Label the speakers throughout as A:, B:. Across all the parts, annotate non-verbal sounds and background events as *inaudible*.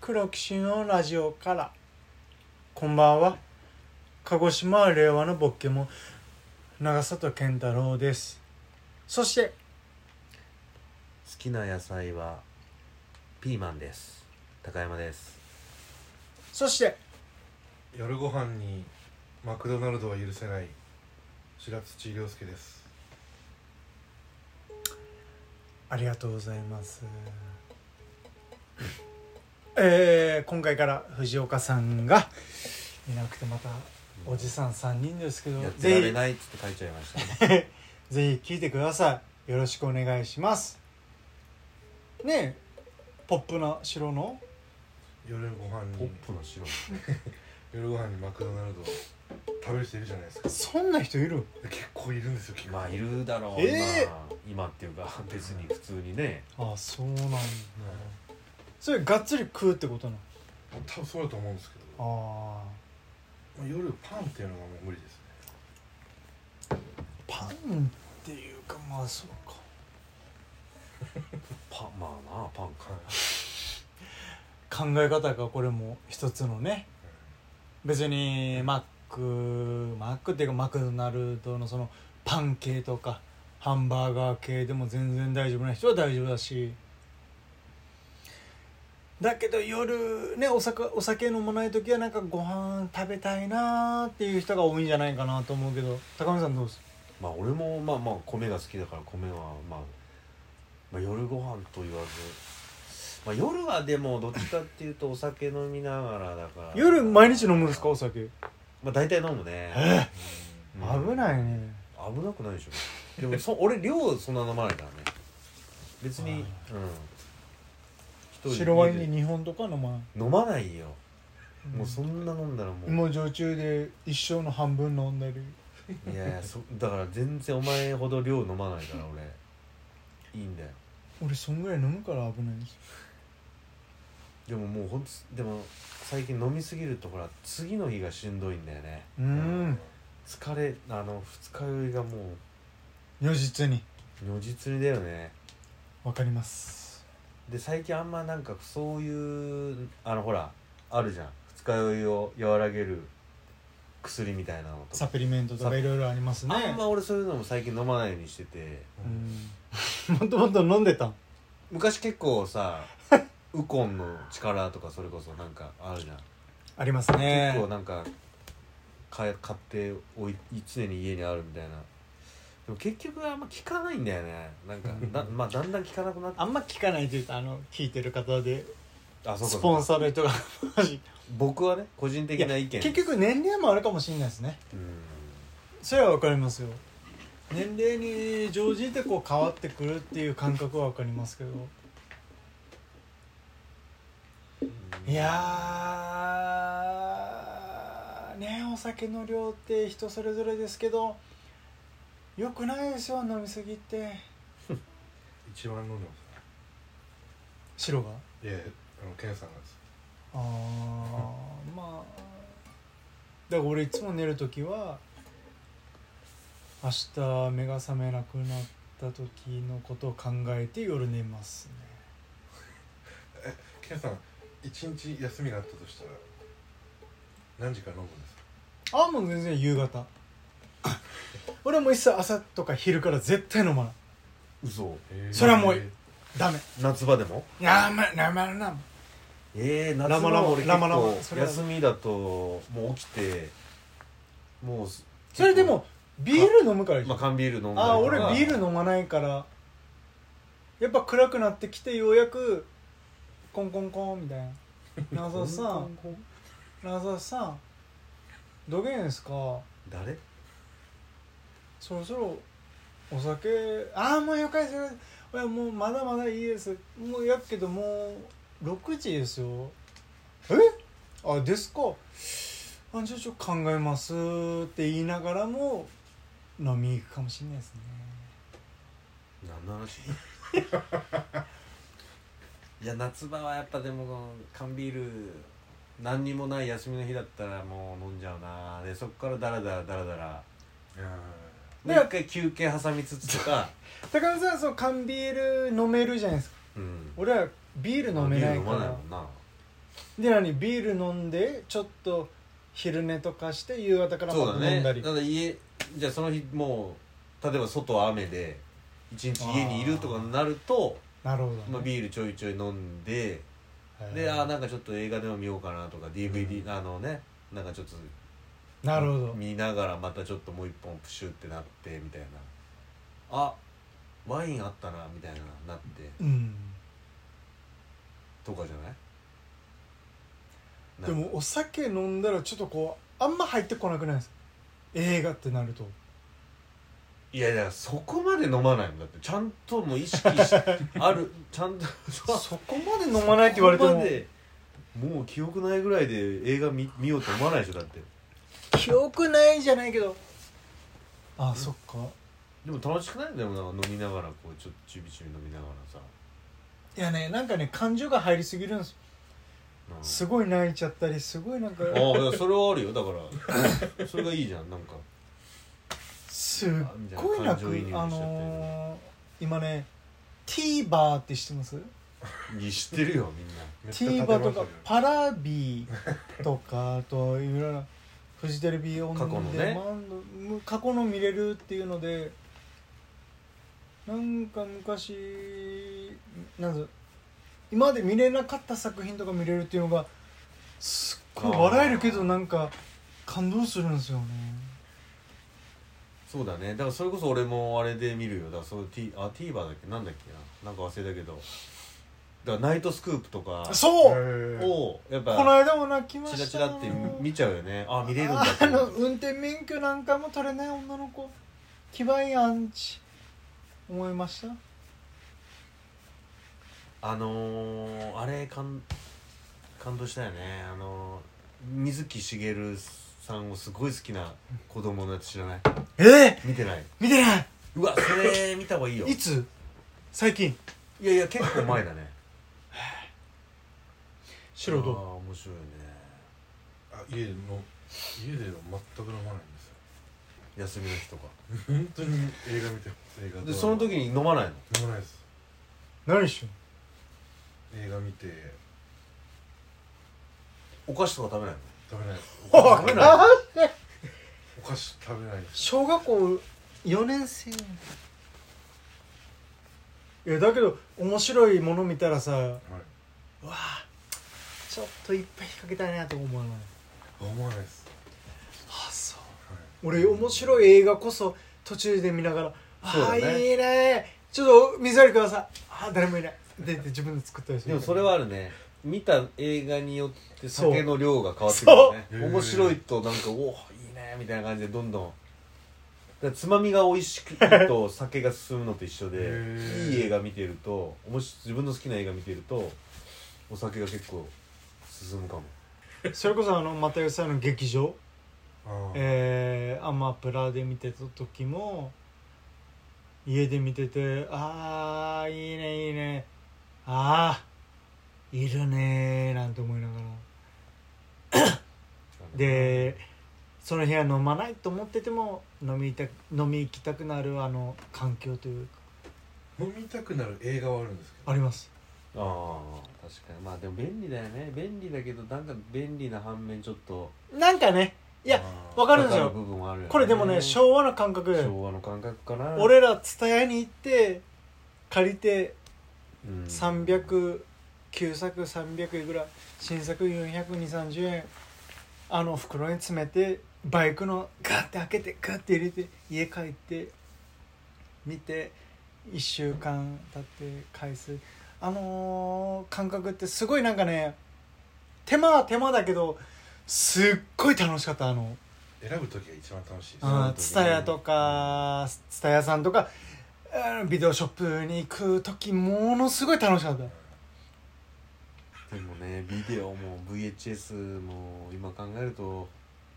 A: 黒騎士のラジオからこんばんは鹿児島は令和のボッケモン長里健太郎ですそして
B: 好きな野菜はピーマンです高山です
A: そして
C: 夜ご飯にマクドナルドは許せない白土亮介です
A: ありがとうございますえー、今回から藤岡さんがいなくてまたおじさん3人ですけど
B: やってられ
A: ぜ
B: ないっつって書いちゃいました、ね、
A: ひぜひ聞いてくださいよろしくお願いしますねえポップな白の
C: 夜ご飯
B: ポッ
C: に
B: プの白
C: 夜ご飯にマクドナルドを食べる人いるじゃないですか
A: そんな人いる
C: 結構いるんですよ結構
B: まあいるだろう、
A: え
B: 今今っていうか別に普通にね
A: ああそうなんだ
C: はい
A: それがっつり食うってことなの
C: 多分そうだと思うんですけど、
A: あ
C: まあ、夜パンっていうのはもう無理ですね
A: あパンっていうかまあそうか
B: パンまあなあパンか
C: は
A: 考
C: い
A: え方がこれも一つのね別にマックマックっていうかマクドナルドのそのパン系とかハンバーガー系でも全然大丈夫な人は大丈夫だしだけど夜ねお酒お酒飲まない時はなんかご飯食べたいなーっていう人が多いんじゃないかなと思うけど高見さんどうです
B: まあ俺もまあまあ米が好きだから米はまあ、まあ、夜ご飯と言わずまあ夜はでもどっちかっていうとお酒飲みながらだから
A: 夜毎日飲むんですかお酒
B: まあ大体飲むね、うん
A: 危ないね
B: 危なくないでし
A: *laughs*
B: ょでもそ俺量そんな飲まないからね別に、うん、一人
A: 白ワインに2本とか飲まない
B: 飲まないよ、もうそ
A: の
B: んな飲んだらもう
A: もう常駐で一生の半分飲んだり
B: いやいやそだから全然お前ほど量飲まないから俺いいんだよ
A: 俺そんぐらい飲むから危ないんですよ
B: でももうほんとでも最近飲みすぎるとほら次の日がしんどいんだよね
A: うーん
B: 疲れあの二日酔いがも
A: 如実に
B: う如実にだよね
A: わかります
B: で最近あんまなんかそういうあのほらあるじゃん二日酔いを和らげる薬みたいなのと
A: サ
B: か、
A: プリメントとかいろいろありますね
B: あんま俺そういうのも最近飲まないようにしてて
A: うんもっともっと飲んでたん
B: 昔結構
A: *laughs*
B: さウコンの力とかそれこそなんかあるじゃん、
A: ありますね
B: 結構なんか買え買っておい常に家にあるみたいなでも結局あんま効かないんだよねなん
A: *laughs*
B: かだ,、まあ、だんだん効かなくなって
A: あんま聞かないというかあの聞いてる方で
B: あそうか
A: ス
B: そう
A: ポ
B: か
A: ンサーの人がマジ
B: 僕はね個人的ない意
A: や
B: 見
A: *laughs* 結局年齢もあるかもしれないですね
B: うん
A: それはわかりますよ年齢に乗じてこう変わってくるっていう感覚はわかりますけどいやーねお酒の量って人それぞれですけどよくないですよ飲みすぎって
C: 一番飲んでます
A: 白が
C: ねいやあのケンさんがです
A: あーまあだから俺いつも寝る時は明日目が覚めなくなった時のことを考えて夜寝ますね
C: ケンさん一日休みがあったとしたら何時から飲むんですか
A: ああもう全然夕方 *coughs* 俺はもう一切朝とか昼から絶対飲まない
B: 嘘
A: それはもう
C: えー
A: ダメ
B: 夏場でも
A: やめやめな
B: えー、夏
A: ラマラマ
B: 場俺
A: ラマラマ
B: 結
A: そ
B: 構
A: れは
B: 休みだともう起きてもうす
A: それでもビール飲むから
B: まあ缶ビール飲んだり
A: ああー
B: と
A: 俺
B: か
A: ビール飲まないからやっぱ暗くなってきてようやくコンコンコンみたいな「長澤さん長澤さんどげんですか
B: 誰
A: そろそろお酒ああもうよかいですよいやもうまだまだいいですもうやっけどもう6時ですよえあですかあじゃあちょっと考えますって言いながらも飲み行くかもしれないですね
B: 何の話
A: *laughs*
B: いや夏場はやっぱでもこの缶ビール何にもない休みの日だったらもう飲んじゃうなでそっからダラダラダラダラ
C: い
B: で
C: や
B: 一回休憩挟みつつと
A: *laughs*
B: か
A: 高野さんはその缶ビール飲めるじゃないですか
B: うん
A: 俺はビール飲めないか
B: ビール飲まない
A: ら
B: もんな
A: で何ビール飲んでちょっと昼寝とかして夕方から
B: そう
A: ま
B: だ
A: た飲
B: ね
A: んだり
B: ただ家じゃあその日もう例えば外雨で一日家にいるとかなると
A: なるほどね、
B: まあ、ビールちょいちょい飲んで
A: へー
B: であーなんかちょっと映画でも見ようかなとか DVD、あのねなんかちょっと
A: なるほど
B: 見ながらまたちょっともう一本プシュってなってみたいなあワインあったなみたいななって
A: うん
B: とかじゃない
A: で
B: なん
A: も
B: か
A: お酒飲んだらちょっとこうあんま入ってこなくないですか映画ってなると
B: *laughs* いやいやそこまで飲まないんだってちゃんともう意識
A: *laughs*
B: しあるちゃんと
A: そこまで飲まないって言われて
B: そこ
A: も
B: までもう記憶ないぐらいで映画見見ようと思わないでしょだって
A: 記憶ないじゃないけどあそっか
B: でも楽しくないでもなんか飲みながらこうちょっとちびちび飲みながらさ
A: いやねなんかね感情が入りすぎるんです
B: なんか
A: すごい泣いちゃったりすごいなんか
B: ああいやそれはあるよだ
A: *laughs*
B: からそれがいいじゃんなんか
A: すっごい泣く
B: みたいな感情移入しちゃ
A: あ
B: ってる
A: のー、今ね TVer って知ってます
B: に知ってるよみんな
C: めっちゃ立てま
A: TVer と
C: した
A: か
C: けど
A: パラビーとかあといろいろなフジテレビオンデ
B: 過去のね
A: マンドむ過去の見れるっていうのでなんか昔なんぞ今まで見れなかった作品とか見れるっていうのがすっごい笑えるけどなんか感動するんですよね
B: そうだねだからそれこそ俺もあれで見るよだからその T あ TVer だっけなんだっけななんか忘れたけどだからナイトスクープとか
A: そう
C: へー
B: をやっ
A: この
B: ぱ
A: 間も泣きま
B: チ
A: し
B: ラ
A: た
B: チラって見ちゃうよねあ見れるんだって
A: あの運転免許なんかも取れない女の子キバイアンチ思いました
B: あのー、あれ感感動したよねあのー、水木しげるさんをすごい好きな子供のやつ知らない
A: えー、
B: 見てない
A: 見てな
B: うわそれ見た方がいいよ
A: いいつ最近
B: いやいや結構前だ *laughs* ね
A: 白
B: あー
A: と
B: 面白いよね
C: あ家での家では全く飲まないんですよ
B: 休みの日とか
C: 本当に映画見て映画
B: でその時に飲まないの
C: 飲まないです
A: 何しよ
C: 映画見て
B: お菓子とか食べないの
C: 食べないです
A: う
B: おいな
C: お菓子食べないです
A: 小学校4年生いやだけど面白いもの見たらさ
C: はい
A: ちょっといっぱい引っ掛けたいなと思わない
C: 思わないです、
A: あそう
C: はい、
A: 俺面白い映画こそ途中で見ながら「
B: そう
A: ああ
B: だね
A: いいねちょっと水ありください」ああ誰もいないでで自分で作ったりす
B: で
A: る
B: もそれはあるね見た映画によって
A: そう
B: 酒の量が変わってくるよね
C: そう
B: 面白いとなんかおおいいねみたいな感じでどんどんだからつまみが美味しくいと酒が進むのと一緒で
C: へー
B: いい映画見てるともし自分の好きな映画見てるとお酒が結構進むかも
A: それこそあの又吉さんの劇場、
C: あー
A: えー、アマプラで見てた時も家で見てて「ああいいねいいねああいるね」なんて思いながらでその部屋飲まないと思ってても飲みた飲み行きたくなるあの環境というか
C: 飲みたくなる映画はあるんですけど
A: あります
B: ああ確かにまあでも便利だよね便利だけどなんか便利な反面ちょっと
A: なんかねいや
C: あー
A: わかるんです
B: かか
A: よ
B: 部分はあるよね
A: これでもね昭和の感覚で
B: 昭和の感覚かな
A: 俺ら蔦屋に行って借りて
B: うん
A: 300旧作300円ぐらい新作42030円あの袋に詰めてバイクのガッて開けてガッて入れて家帰って見て1週間経って返すあのー感覚ってすごいなんかね手間は手間だけどすっごい楽しかったあの
C: 選ぶ時が一番楽しいです
B: あ
A: あ
B: ー
A: ツタヤとかツタヤさんとかあービデオショップに行く時ものすごい楽しかった
B: でもねビデオも VHS も今考えると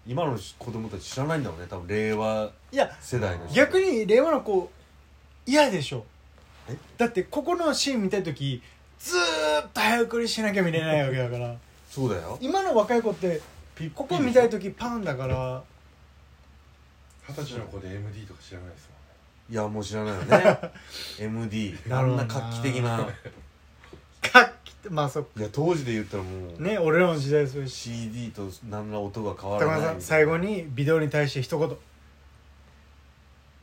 B: 今の子供たち知らないんだろうね多分令和
A: いや
B: 世代の人
A: 逆に令和の子嫌でしょ
B: え
A: だってここのシーン見たい時ずーっと早送りしなきゃ見れないわけだから
B: そうだよ
A: 今の若い子って
B: ピ
A: ここ見たい時パンだから
C: 二十歳の子で MD とか知らないです
A: *laughs*
B: いやもう知らないよね MD
A: な
B: あ
A: るほ
B: ん
A: どな
B: な画期的な
A: 画期って *laughs* まあそっ
B: いや当時で言ったらもう、
A: ね俺らの時代そういうし
B: CD と何ら音が変わ
A: 高
B: ら
A: 村
B: な
A: さ
B: い
A: ん最後にビデオに対して一言